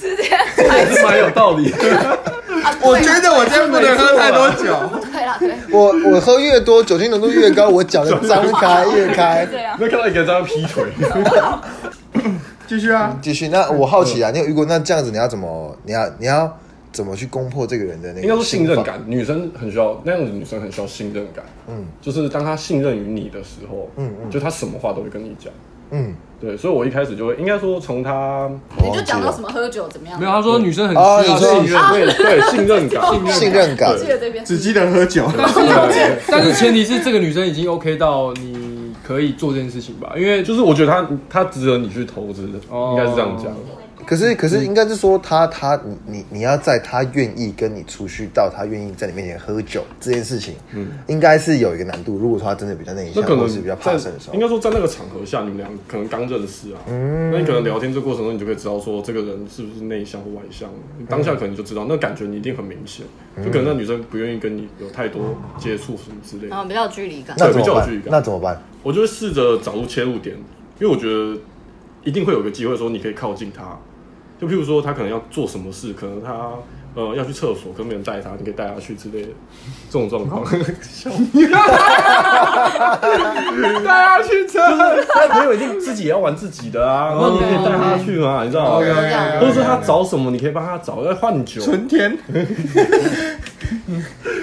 [SPEAKER 6] 直接
[SPEAKER 5] 还是蛮有道理的。
[SPEAKER 6] 啊，对
[SPEAKER 4] 我觉得我今天不能喝太多酒。
[SPEAKER 6] 对了，对，啊
[SPEAKER 2] 我我喝越多，酒精浓度越高，我脚就张开越开
[SPEAKER 6] 是。这样。
[SPEAKER 5] 那看到一个人在那劈腿，
[SPEAKER 4] 继续啊，
[SPEAKER 2] 继续，那我好奇啊，你有遇过那这样子，你要怎么，你要你要怎么去攻破这个人的那
[SPEAKER 5] 应该
[SPEAKER 2] 个
[SPEAKER 5] 说信
[SPEAKER 2] 心
[SPEAKER 5] 任
[SPEAKER 2] 房？
[SPEAKER 5] 感，女生很需要那样的女生很需要信任感。嗯，就是当她信任于你的时候，嗯嗯，就她什么话都会跟你讲。
[SPEAKER 2] 嗯，
[SPEAKER 5] 对，所以我一开始就会，应该说从她
[SPEAKER 6] 你就讲到什么喝酒怎么样
[SPEAKER 1] 没？有，啊他说女生很
[SPEAKER 2] 哦
[SPEAKER 1] 需要
[SPEAKER 2] 你说
[SPEAKER 1] 信任，
[SPEAKER 5] 对对信任感，
[SPEAKER 6] 信
[SPEAKER 2] 信任感
[SPEAKER 6] 记得这边，
[SPEAKER 4] 只记得喝酒。
[SPEAKER 5] 对，
[SPEAKER 1] 但是前提是这个女生已经 OK 到你可以做这件事情吧，因为
[SPEAKER 5] 就是我觉得她她值得你去投资，
[SPEAKER 1] 哦
[SPEAKER 5] 应该是这样讲。
[SPEAKER 2] 可
[SPEAKER 5] 嗯
[SPEAKER 2] 是可是应该是说他他你你你要在他愿意跟你出去到他愿意在你面前喝酒这件事情，嗯，应该是有一个难度。如果说他真的比较内
[SPEAKER 5] 那
[SPEAKER 2] 向，
[SPEAKER 5] 可
[SPEAKER 2] 或
[SPEAKER 5] 能
[SPEAKER 2] 是比较怕
[SPEAKER 5] 在
[SPEAKER 2] 生的时候
[SPEAKER 5] 应，该说在那个场合下，你们俩可能刚认识啊，那你可能聊天这过程中，你就可以知道说这个人是不是内向或外向，你当下可能就知道，那感觉你一定很明显，就可能那女生不愿意跟你有太多接触什么之类的
[SPEAKER 6] 嗯，。比较有距离感。
[SPEAKER 2] 那怎
[SPEAKER 5] 对比
[SPEAKER 2] 么
[SPEAKER 5] 较有
[SPEAKER 2] 办
[SPEAKER 5] 距离？感
[SPEAKER 2] 那怎么办？
[SPEAKER 5] 我就会试着找出切入点，因为我觉得一定会有个机会说你可以靠近他。就譬如说他可能要做什么事，可能他呃要去厕所，可能没人带他，你可以带他去之类的这种状况。笑带他去厕所，他朋友一定自己也要玩自己的啊，然后你可以带他去嘛，你知道吗？或者是他找什么，你可以帮他找，要换酒，
[SPEAKER 4] 纯甜。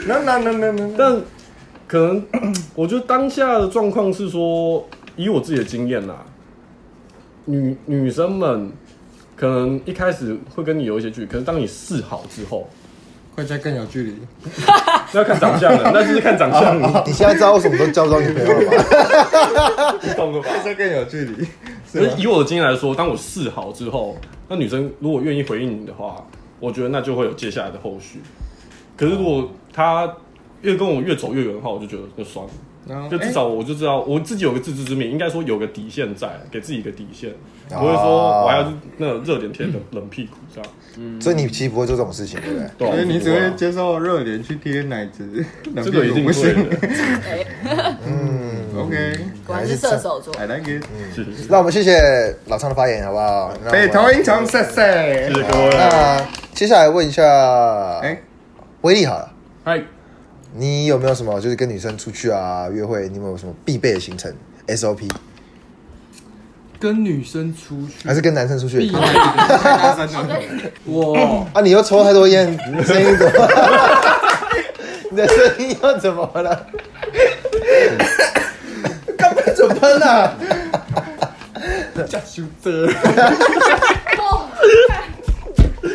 [SPEAKER 4] no no no no no，
[SPEAKER 5] 但可能 *clears throat* 我觉得当下的状况是说，以我自己的经验啦，女女生们可能一开始会跟你有一些距离，可是当你试好之后，
[SPEAKER 4] 会再更有距离。
[SPEAKER 5] 那要看长相了，那就是看长相，
[SPEAKER 2] 你现在知道为什么都交不到女朋友了吧？
[SPEAKER 5] 你懂了吧？
[SPEAKER 4] 会再更有距离。
[SPEAKER 5] 可是以我的经验来说，当我试好之后，那女生如果愿意回应你的话，我觉得那就会有接下来的后续。可是如果她越跟我越走越远的话，我就觉得就算了。
[SPEAKER 4] 然后
[SPEAKER 5] 就至
[SPEAKER 4] 哎
[SPEAKER 5] 少我就知道我自己有个自知之明，应该说有个底线在，给自己一个底线，不会
[SPEAKER 4] 哦
[SPEAKER 5] 说我还要那种热脸贴冷冷屁股这样。
[SPEAKER 2] 所以你其实不会做这种事情，对不对？
[SPEAKER 5] 对啊
[SPEAKER 4] 所以你只会接受热脸去贴奶子，
[SPEAKER 5] 啊这个一定
[SPEAKER 4] 不
[SPEAKER 5] 会
[SPEAKER 4] 行。
[SPEAKER 5] 的。
[SPEAKER 4] OK，
[SPEAKER 6] 果然是射手座，
[SPEAKER 4] I like it。
[SPEAKER 5] 谢谢谢
[SPEAKER 2] 那我们谢谢老张的发言，好不好？
[SPEAKER 5] 哎
[SPEAKER 2] 那我
[SPEAKER 4] 北
[SPEAKER 2] 们
[SPEAKER 4] 投英雄，谢谢。
[SPEAKER 5] 谢各位。啊
[SPEAKER 4] *laughs*
[SPEAKER 2] 那接下来问一下，
[SPEAKER 4] 哎，
[SPEAKER 2] 威力好了。
[SPEAKER 5] 嗨，
[SPEAKER 2] 你有没有什么就是跟女生出去啊约会，你有没有什么必备的行程 SOP，
[SPEAKER 1] 跟女生出去
[SPEAKER 2] 还是跟男生出去也
[SPEAKER 1] 必
[SPEAKER 2] 可以？
[SPEAKER 1] 然
[SPEAKER 4] 大三了 *laughs*
[SPEAKER 1] 我
[SPEAKER 2] 啊，你又抽太多烟，你声音怎 *laughs* 么？你的声音又怎么了？干嘛怎么了？
[SPEAKER 4] 加修这，
[SPEAKER 6] 哦，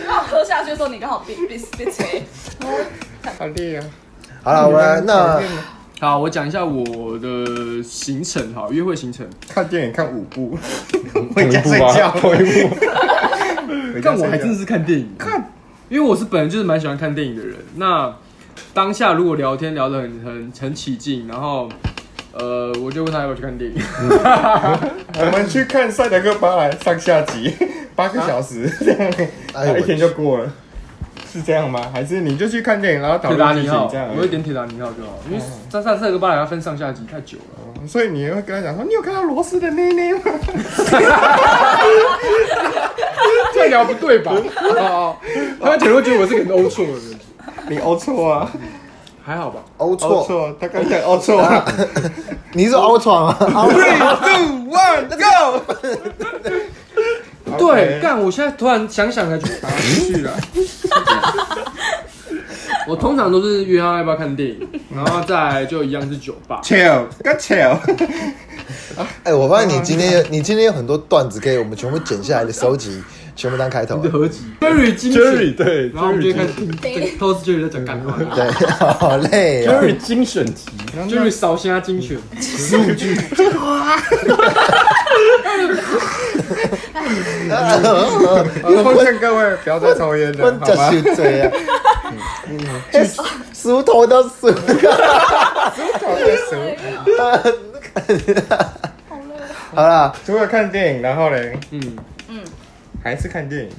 [SPEAKER 6] 然后喝下去的时候，你刚好别别别 *laughs* 切，哦
[SPEAKER 4] 好累啊！
[SPEAKER 2] 好了，我们来那
[SPEAKER 1] 好，我讲一下我的行程，好，约会行程。
[SPEAKER 4] 看电影看五部，
[SPEAKER 2] 回家睡觉，
[SPEAKER 4] 同一部。
[SPEAKER 1] 但我还真的是看电影，
[SPEAKER 4] 看，
[SPEAKER 1] 因为我是本人就是蛮喜欢看电影的人。那当下如果聊天聊得很很很起劲，然后呃，我就问他要不要去看
[SPEAKER 4] *laughs*
[SPEAKER 1] 电影。
[SPEAKER 4] 我们去看《赛德克巴莱》上下集， *laughs* 八个小时， *laughs* 这样啊
[SPEAKER 2] 哎呦
[SPEAKER 4] 一天就过了，是这样吗？还是你就去看电影，然后讨
[SPEAKER 1] 铁达
[SPEAKER 4] 论
[SPEAKER 1] 尼
[SPEAKER 4] 剧
[SPEAKER 1] 号
[SPEAKER 4] 情这样？，嗯
[SPEAKER 1] 我会点铁达尼号就好，因为上上这个巴莱要分上下集太久了。
[SPEAKER 4] 哦所以你会跟他讲说，你有看到罗斯的内内吗？ *laughs*
[SPEAKER 1] 这聊不对
[SPEAKER 4] *laughs*
[SPEAKER 1] 吧？哦，他可能会觉得我是个很龌龊的人，
[SPEAKER 4] 你凹错啊，
[SPEAKER 1] 还好吧？
[SPEAKER 2] 凹
[SPEAKER 4] 凹
[SPEAKER 2] 嗯错，
[SPEAKER 4] 错，他刚才凹错啊。
[SPEAKER 2] 你是凹床啊？凹
[SPEAKER 4] Two one go，
[SPEAKER 1] 对，干！我现在突然想想才觉得打进去了。 *laughs* 我通常都是约他要不要看电影，然后再来就一样是酒吧。
[SPEAKER 4] chill，跟 chill，
[SPEAKER 1] *laughs*
[SPEAKER 2] 哎，我发现你今天有你今天有很多段子可以我们全部剪下来的收集，全部当开头。 *laughs*
[SPEAKER 1] 合集 Jerry 精选，
[SPEAKER 4] 对，
[SPEAKER 1] 然后我们就开始听对都是 Jerry 在讲干话。
[SPEAKER 2] 对，好累啊！
[SPEAKER 5] Jerry 精选集，
[SPEAKER 1] Jerry 烧虾精选，
[SPEAKER 4] 奉劝各位不要再抽烟
[SPEAKER 2] 我
[SPEAKER 4] 了，好
[SPEAKER 2] 就
[SPEAKER 4] 吗？
[SPEAKER 2] 是这样，嗯 *laughs* 梳头都梳，好啦，
[SPEAKER 4] 除了看电影，然后嘞，
[SPEAKER 1] 嗯，
[SPEAKER 4] 还是看电影，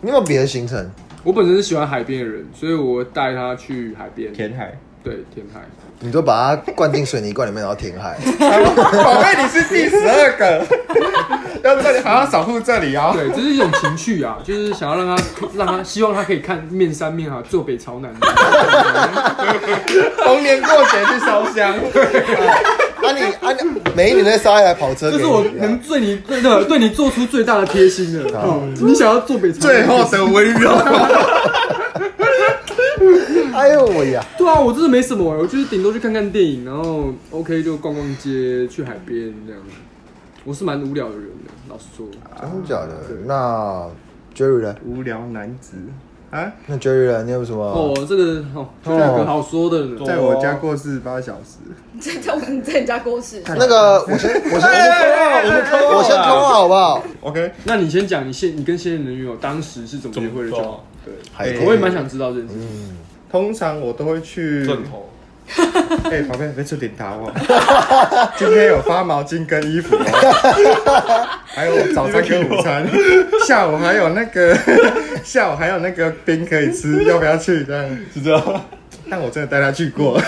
[SPEAKER 2] 你有没有别的行程？
[SPEAKER 1] 我本身是喜欢海边的人，所以我带他去海边，
[SPEAKER 4] 填海。
[SPEAKER 1] 对填海。
[SPEAKER 2] 你都把它灌进水泥罐里面，然后填海。
[SPEAKER 4] 宝贝，你是第十二个， *laughs* 要这里好好守护这里哦。
[SPEAKER 1] 对，这是一种情趣啊，就是想要让他让他希望他可以看面山面海，坐北朝南。
[SPEAKER 4] *laughs* 逢年过节去烧香， *laughs*
[SPEAKER 2] 啊你啊你，每一年在烧一台跑车给
[SPEAKER 1] *laughs* 这
[SPEAKER 2] 你，啊
[SPEAKER 1] 是我能对你对对对你做出最大的贴心了。嗯你想要坐北朝南？
[SPEAKER 4] 的温柔。
[SPEAKER 2] 哎呦喂呀！
[SPEAKER 1] 对啊，我真的没什么欸，我就是顶多去看看电影，然后 OK 就逛逛街，去海边这样。我是蛮无聊的人的，老实说。
[SPEAKER 2] 真的假的？那 Jerry 呢？
[SPEAKER 4] 无聊男子啊，
[SPEAKER 2] 那 Jerry 呢？你有什
[SPEAKER 1] 哦
[SPEAKER 2] 么？，
[SPEAKER 1] 这个哦，这两个好说的呢。
[SPEAKER 4] 在我家过四十八小时，
[SPEAKER 6] 在在我们在人家过世，
[SPEAKER 2] 那个，我先我先
[SPEAKER 4] 哎
[SPEAKER 5] 啊
[SPEAKER 2] 我先通
[SPEAKER 4] 啊
[SPEAKER 2] 话好不好？
[SPEAKER 4] OK，
[SPEAKER 1] 那你先讲，你现你跟现任的女友当时是怎么约会的就
[SPEAKER 5] 啊
[SPEAKER 1] 好？
[SPEAKER 2] 海
[SPEAKER 1] 哎我也蛮想知道这件事
[SPEAKER 5] 嗯
[SPEAKER 1] 情。
[SPEAKER 4] 通常我都会去。
[SPEAKER 5] 正头，
[SPEAKER 4] 哎，宝贝，别吃点糖哦。 *laughs* 今天有发毛巾跟衣服哦， *laughs* 还有早餐跟午餐，下午还有那个 *laughs* 下午还有那个冰可以吃，要不要去？这样
[SPEAKER 5] 是这样。
[SPEAKER 4] 但我真的带他去 *laughs* 过，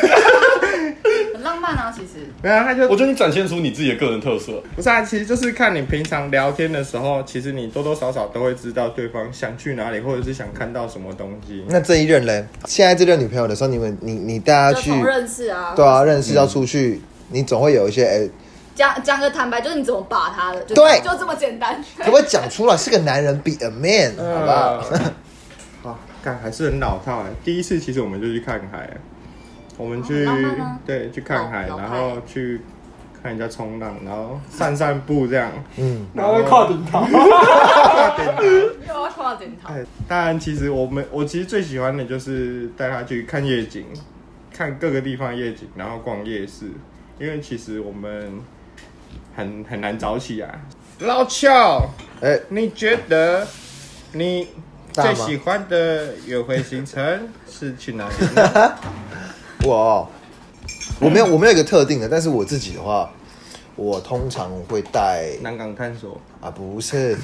[SPEAKER 6] 很浪漫啊，其实。
[SPEAKER 4] 没有他就
[SPEAKER 5] 我觉得你展现出你自己的个人特色，
[SPEAKER 4] 不是啊，其实就是看你平常聊天的时候，其实你多多少少都会知道对方想去哪里，或者是想看到什么东西。
[SPEAKER 2] 那这一任嘞？现在这任女朋友的时候，你们你你带她
[SPEAKER 6] 就
[SPEAKER 2] 去，
[SPEAKER 6] 从认识啊，
[SPEAKER 2] 对啊，认识要出去，你总会有一些哎，
[SPEAKER 6] 讲讲个坦白，就是你怎么把他的，就
[SPEAKER 2] 对
[SPEAKER 6] 就这么
[SPEAKER 4] *laughs*
[SPEAKER 6] 简单。
[SPEAKER 2] 可不可以讲出来？是个男人，be a man，好不好？
[SPEAKER 4] 啊，看还是很老套哎。第一次其实我们就去看海，我们去、
[SPEAKER 6] 哦浪漫啊
[SPEAKER 4] 对去看海，
[SPEAKER 6] 老老派
[SPEAKER 4] 然后去看人家冲浪，然后散散步这样。
[SPEAKER 2] 嗯，
[SPEAKER 4] 然后靠
[SPEAKER 1] 顶 *laughs* 他。
[SPEAKER 6] 又要跨检讨，
[SPEAKER 4] 哎，当然，其实我们我其实最喜欢的就是带他去看夜景，看各个地方的夜景，然后逛夜市，因为其实我们很很难早起啊。老俏，
[SPEAKER 2] 哎，
[SPEAKER 4] 你觉得你
[SPEAKER 2] 大吗
[SPEAKER 4] 最喜欢的约会行程 *laughs* 是去
[SPEAKER 2] *laughs*
[SPEAKER 4] 哪里呢？
[SPEAKER 2] 我哦我没有我没有一个特定的，但是我自己的话，我通常会带
[SPEAKER 4] 南港探索。
[SPEAKER 2] 啊，不是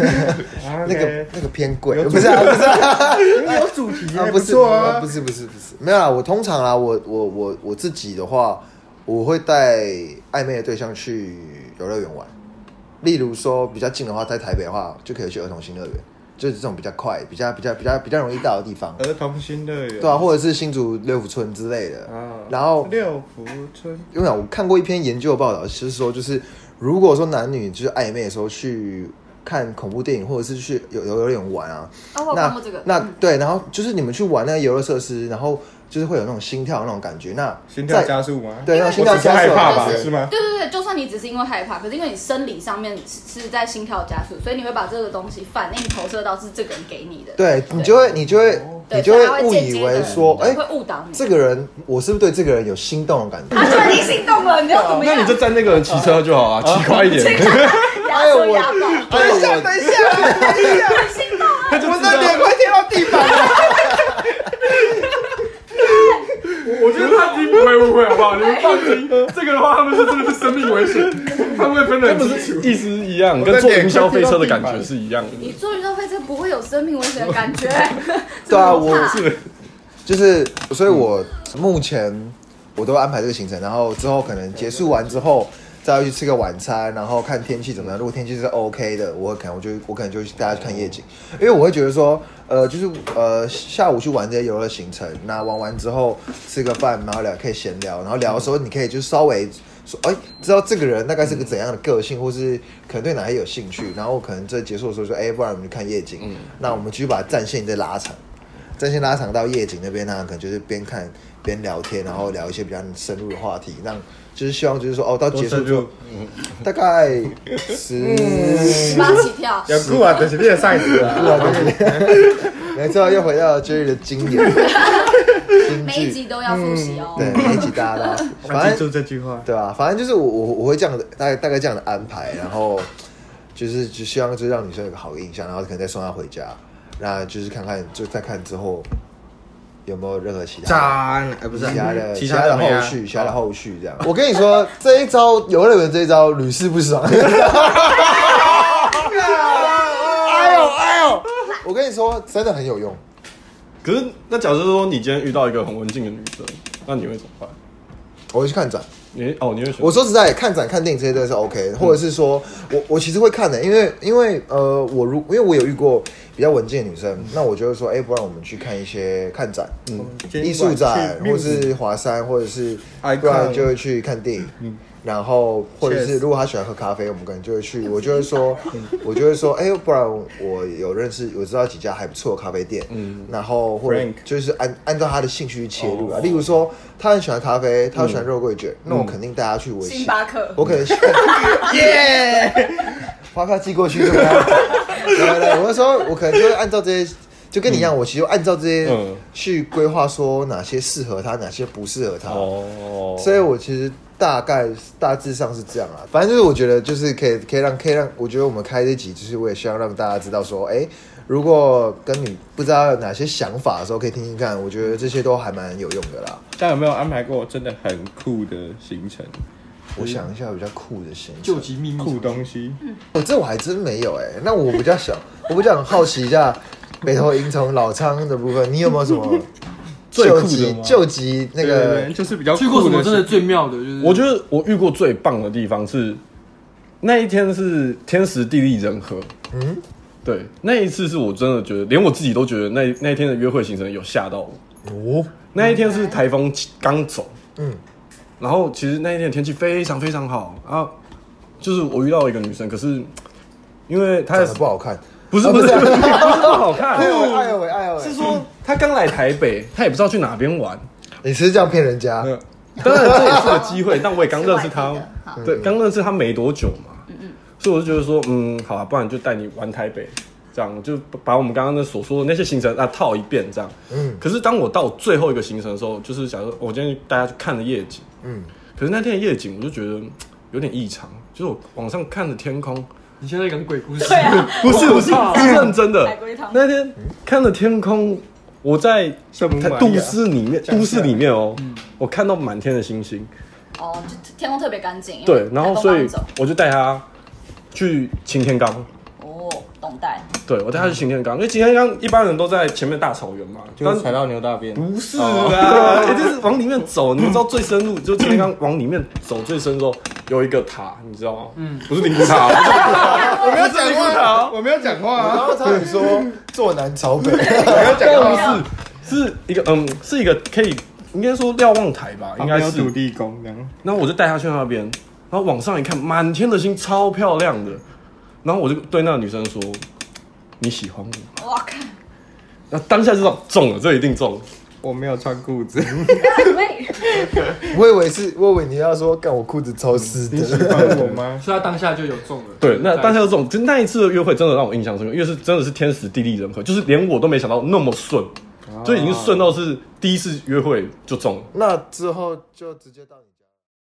[SPEAKER 4] 那
[SPEAKER 2] 那个那个偏贵，
[SPEAKER 4] 有
[SPEAKER 2] 不是啊，不是啊。
[SPEAKER 4] *laughs* 有主题
[SPEAKER 2] 啊，
[SPEAKER 4] 还
[SPEAKER 2] 不
[SPEAKER 4] 不
[SPEAKER 2] 是
[SPEAKER 4] 错啊
[SPEAKER 2] 不。是不是不是，没有啦。啊我通常啦，我我我我自己的话，我会带暧昧的对象去游乐园玩。例如说比较近的话，在台北的话，就可以去儿童新乐园，就是这种比较快、比较比较比较比较容易到的地方，
[SPEAKER 4] 儿童新乐园。
[SPEAKER 2] 对啊，或者是新竹六福村之类的。
[SPEAKER 4] 啊
[SPEAKER 2] 然后
[SPEAKER 4] 六福村
[SPEAKER 2] 因为我看过一篇研究报道，是说就是如果说男女就是暧昧的时候去看恐怖电影，或者是去游游乐园玩啊，
[SPEAKER 6] 啊，我有看
[SPEAKER 2] 那
[SPEAKER 6] 过这个，
[SPEAKER 2] 嗯那对，然后就是你们去玩那个游乐设施，然后就是会有那种心跳的那种感觉。那
[SPEAKER 4] 心跳
[SPEAKER 2] 在
[SPEAKER 4] 加速吗？
[SPEAKER 2] 对，那
[SPEAKER 4] 我
[SPEAKER 2] 心跳
[SPEAKER 4] 只是
[SPEAKER 2] 加
[SPEAKER 4] 害
[SPEAKER 2] 速的啊
[SPEAKER 4] 怕
[SPEAKER 2] 感
[SPEAKER 4] 吧，
[SPEAKER 2] 觉
[SPEAKER 4] 是吗？
[SPEAKER 6] 对对对，就算你只是因为害怕，可是因为你生理上面是是在心跳加速，所以你会把这个东西反应投射到是这个人给你的，
[SPEAKER 2] 对你就会你就会
[SPEAKER 6] 对，
[SPEAKER 2] 你就
[SPEAKER 6] 所以它
[SPEAKER 2] 会误
[SPEAKER 6] 间接
[SPEAKER 2] 以
[SPEAKER 6] 地
[SPEAKER 2] 为说，
[SPEAKER 6] 对
[SPEAKER 2] 哎，
[SPEAKER 6] 会误导你。
[SPEAKER 2] 这个人我是不是对这个人有心动的感觉？
[SPEAKER 6] 他突然已经心动了，你要怎么
[SPEAKER 4] 那
[SPEAKER 6] 样？
[SPEAKER 4] 你就站那个人骑车就
[SPEAKER 2] *laughs*
[SPEAKER 4] 好啊，骑快
[SPEAKER 6] *laughs*
[SPEAKER 4] 一点。
[SPEAKER 2] 哎
[SPEAKER 6] 压缩压爆，
[SPEAKER 4] 哎
[SPEAKER 2] 等一下，等
[SPEAKER 4] *laughs*
[SPEAKER 2] 一下，
[SPEAKER 6] 心动啊！
[SPEAKER 2] 我的脸快贴到地板了。
[SPEAKER 5] 我觉得他已经啊不会误会，好不好？你们放心，这个的话他们是真的是生命
[SPEAKER 1] *laughs*
[SPEAKER 5] 危险，他们会分得很清楚。意思一样，跟坐云霄飞车的感觉是一样的。
[SPEAKER 6] 你坐云霄飞车不会有生命危险的感觉。
[SPEAKER 2] 对
[SPEAKER 6] *laughs*
[SPEAKER 2] 啊，
[SPEAKER 6] 真的不
[SPEAKER 2] 我
[SPEAKER 6] 怕
[SPEAKER 2] *laughs* 就是，所以我目前我都安排这个行程，然后之后可能结束完之后。再要去吃个晚餐，然后看天气怎么样。如果天气是 OK 的，我可能我就我可能就大家去看夜景，因为我会觉得说，呃，就是呃下午去玩这些游乐行程，那玩完之后吃个饭，然后聊可以闲聊，然后聊的时候你可以就稍微说，哎、知道这个人大概是个怎样的个性，或是可能对哪些有兴趣，然后可能这结束的时候说，哎、不然我们去看夜景，那我们继续把战线再拉长。战线拉长到夜景那边呢、可能就是边看边聊天，然后聊一些比较深入的话题，让就是希望就是说哦，到结束之后大概十，
[SPEAKER 6] 八起
[SPEAKER 2] *laughs*
[SPEAKER 6] 跳，
[SPEAKER 4] 有酷啊，就是你的 size 啊。
[SPEAKER 2] 没
[SPEAKER 6] *laughs*
[SPEAKER 2] 错，又回到了 Jerry 的经典金
[SPEAKER 6] 每一
[SPEAKER 2] 句，
[SPEAKER 6] 集都要复习哦。
[SPEAKER 2] 嗯对，每一集大家都要反正
[SPEAKER 4] 这句话。
[SPEAKER 2] 对吧、反正就是我我我会这样的大概大概这样的安排，然后就是就希望就让女生有个好印象，然后可能再送她回家，那就是看看就再看之后有没有任何其他的
[SPEAKER 4] 渣，哎，不是啊
[SPEAKER 2] 其他的
[SPEAKER 4] 其
[SPEAKER 2] 他
[SPEAKER 4] 他
[SPEAKER 2] 的
[SPEAKER 4] 没啊
[SPEAKER 2] 后续，其他的后续这样。我跟你说，这一招游乐园这一招屡试不爽。哎呦哎呦！我跟你说，真的很有用。
[SPEAKER 5] 可是，那假设说你今天遇到一个很文静的女生，那你会怎么办？
[SPEAKER 2] 我会去看展。
[SPEAKER 5] 你哦，你会选
[SPEAKER 2] 我说实在，看展、看电影这些都是 OK，的或者是说我我其实会看的、因为因为呃，我如因为我有遇过比较文静的女生，那我就会说，哎、不然我们去看一些看展，嗯，
[SPEAKER 4] 今天
[SPEAKER 2] 艺术展，
[SPEAKER 4] 晚去
[SPEAKER 2] 或是华山，或者是
[SPEAKER 4] Icon
[SPEAKER 2] 不然就会去看电影，嗯，然后或者是
[SPEAKER 4] Cheers
[SPEAKER 2] 如果她喜欢喝咖啡，我们可能就会去，我就会说， *laughs* 我就会说，哎、不然我有认识，我知道几家还不错的咖啡店，嗯，然后或者
[SPEAKER 4] Frank
[SPEAKER 2] 就是按按照她的兴趣去切入啊，例如说她很喜欢咖啡，她喜欢肉桂卷，那我肯定带她去我
[SPEAKER 6] 星巴克
[SPEAKER 2] 我可
[SPEAKER 6] *laughs*
[SPEAKER 2] 能是耶，发票寄过去
[SPEAKER 6] *laughs*
[SPEAKER 2] 怎么样？对对对，我就说，我可能就会按照这些，就跟你一样，我其实按照这些
[SPEAKER 5] 嗯
[SPEAKER 2] 去规划，说哪些适合他，哪些不适合他。
[SPEAKER 5] 哦，
[SPEAKER 2] 所以我其实大概大致上是这样啦。反正就是我觉得就是可以可以让可以让，我觉得我们开这集就是我也希望让大家知道说，哎、如果跟你不知道有哪些想法的时候，可以听听看，我觉得这些都还蛮有用的啦。
[SPEAKER 4] 大家有没有安排过真的很酷的行程？
[SPEAKER 2] 我想一下比较酷的行程，
[SPEAKER 1] 救急秘密
[SPEAKER 4] 酷东西，
[SPEAKER 2] 哦，这我还真没有哎、那我比较想，我比较很好奇一下北投银从老仓的部分，你有没有什么
[SPEAKER 5] *laughs* 最酷
[SPEAKER 2] 救
[SPEAKER 5] 的
[SPEAKER 2] 急
[SPEAKER 5] 吗
[SPEAKER 2] 救急那
[SPEAKER 4] 对对
[SPEAKER 2] 个
[SPEAKER 4] 对？就是比较
[SPEAKER 1] 去过什
[SPEAKER 4] 酷
[SPEAKER 1] 么
[SPEAKER 4] 的
[SPEAKER 1] 真
[SPEAKER 4] 行
[SPEAKER 1] 的
[SPEAKER 4] 程。
[SPEAKER 1] 最妙的，就是
[SPEAKER 5] 我觉得我遇过最棒的地方是那一天是天时地利人和。嗯，对，那一次是我真的觉得，连我自己都觉得那那一天的约会行程有吓到我。
[SPEAKER 2] 哦，
[SPEAKER 5] 那一天是台风刚走，
[SPEAKER 2] 嗯，
[SPEAKER 5] 然后其实那一天的天气非常非常好啊，就是我遇到一个女生，可是因为她
[SPEAKER 2] 长得不好看，
[SPEAKER 5] 不是不是不是不好
[SPEAKER 2] *laughs*
[SPEAKER 5] 看，
[SPEAKER 2] 哎呦喂，哎呦喂，哎呦
[SPEAKER 5] 是
[SPEAKER 2] 喂，
[SPEAKER 5] 说她刚来台 *laughs* 北，她也不知道去哪边 *laughs* 玩，
[SPEAKER 2] 你是不是这样骗人家？
[SPEAKER 5] 当然这也是个机 *laughs* 会，但我也刚认识她
[SPEAKER 6] 是外地的好，
[SPEAKER 5] 对，刚认识她没多久嘛，所以我就觉得说，嗯，好啊，不然就带你玩台北，这样就把我们刚刚那所说的那些行程啊套一遍，这样。
[SPEAKER 2] 嗯
[SPEAKER 5] 可是当我到最后一个行程的时候，就是假如我今天大家去看了夜景，
[SPEAKER 2] 嗯，
[SPEAKER 5] 可是那天的夜景我就觉得嗯有点异常，就是我往上看着天空，
[SPEAKER 1] 你现在讲鬼故事，
[SPEAKER 6] 对啊，
[SPEAKER 5] 不是不是 *laughs* 是认真的
[SPEAKER 6] 海龟汤，
[SPEAKER 5] 那天看着天空，我在
[SPEAKER 4] 圣母玛利亚
[SPEAKER 5] 都市里
[SPEAKER 4] 降
[SPEAKER 5] 面，
[SPEAKER 4] 下来嗯
[SPEAKER 5] 都市里面哦，我看到满天的星星，
[SPEAKER 6] 哦，就天空特别干净。因为
[SPEAKER 5] 对，然后
[SPEAKER 6] 台风
[SPEAKER 5] 所以
[SPEAKER 6] 刚走
[SPEAKER 5] 我就带他去擎天岗。
[SPEAKER 6] 哦，懂带。
[SPEAKER 5] 对，我带他去擎天岗，因为擎天岗一般人都在前面大草原嘛，但
[SPEAKER 4] 就踩到牛大便，哦
[SPEAKER 5] 不是
[SPEAKER 4] *laughs*
[SPEAKER 5] 啊，也就是往里面走，你们知道最深入，就今天刚往里面走最深的时候，有一个塔，你知道吗？嗯，不是灵骨塔，
[SPEAKER 4] *laughs* 我没有讲话，我没有讲话
[SPEAKER 2] 然
[SPEAKER 4] 啊，
[SPEAKER 2] 后他们说坐南朝北，
[SPEAKER 4] 我没有讲话，
[SPEAKER 5] 不是，是一个嗯，是一个可以应该说瞭望台吧，应
[SPEAKER 4] 旁
[SPEAKER 5] 该
[SPEAKER 4] 边有土
[SPEAKER 5] 是。
[SPEAKER 4] 地公这样。
[SPEAKER 5] 然后我就带他去那边，然后往上一看，满天的星，超漂亮的。然后我就对那个女生说：“你喜欢我吗
[SPEAKER 6] 哇靠！？”
[SPEAKER 5] *laughs* 那当下就知道中了，这一定中了。
[SPEAKER 4] 我没有穿裤子，
[SPEAKER 2] *laughs*
[SPEAKER 6] 喂，
[SPEAKER 2] 我以为是，我以为你要说，干我裤子超湿
[SPEAKER 4] 你喜
[SPEAKER 2] 的，
[SPEAKER 4] 欢我吗？
[SPEAKER 1] *laughs* 所以他当下就有中了。
[SPEAKER 5] 对，那大家有这种，就那一次的约会真的让我印象深刻，因为是真的是天时地利人和，就是连我都没想到那么顺，就已经顺到是第一次约会就中了。
[SPEAKER 2] 那之后就直接到你。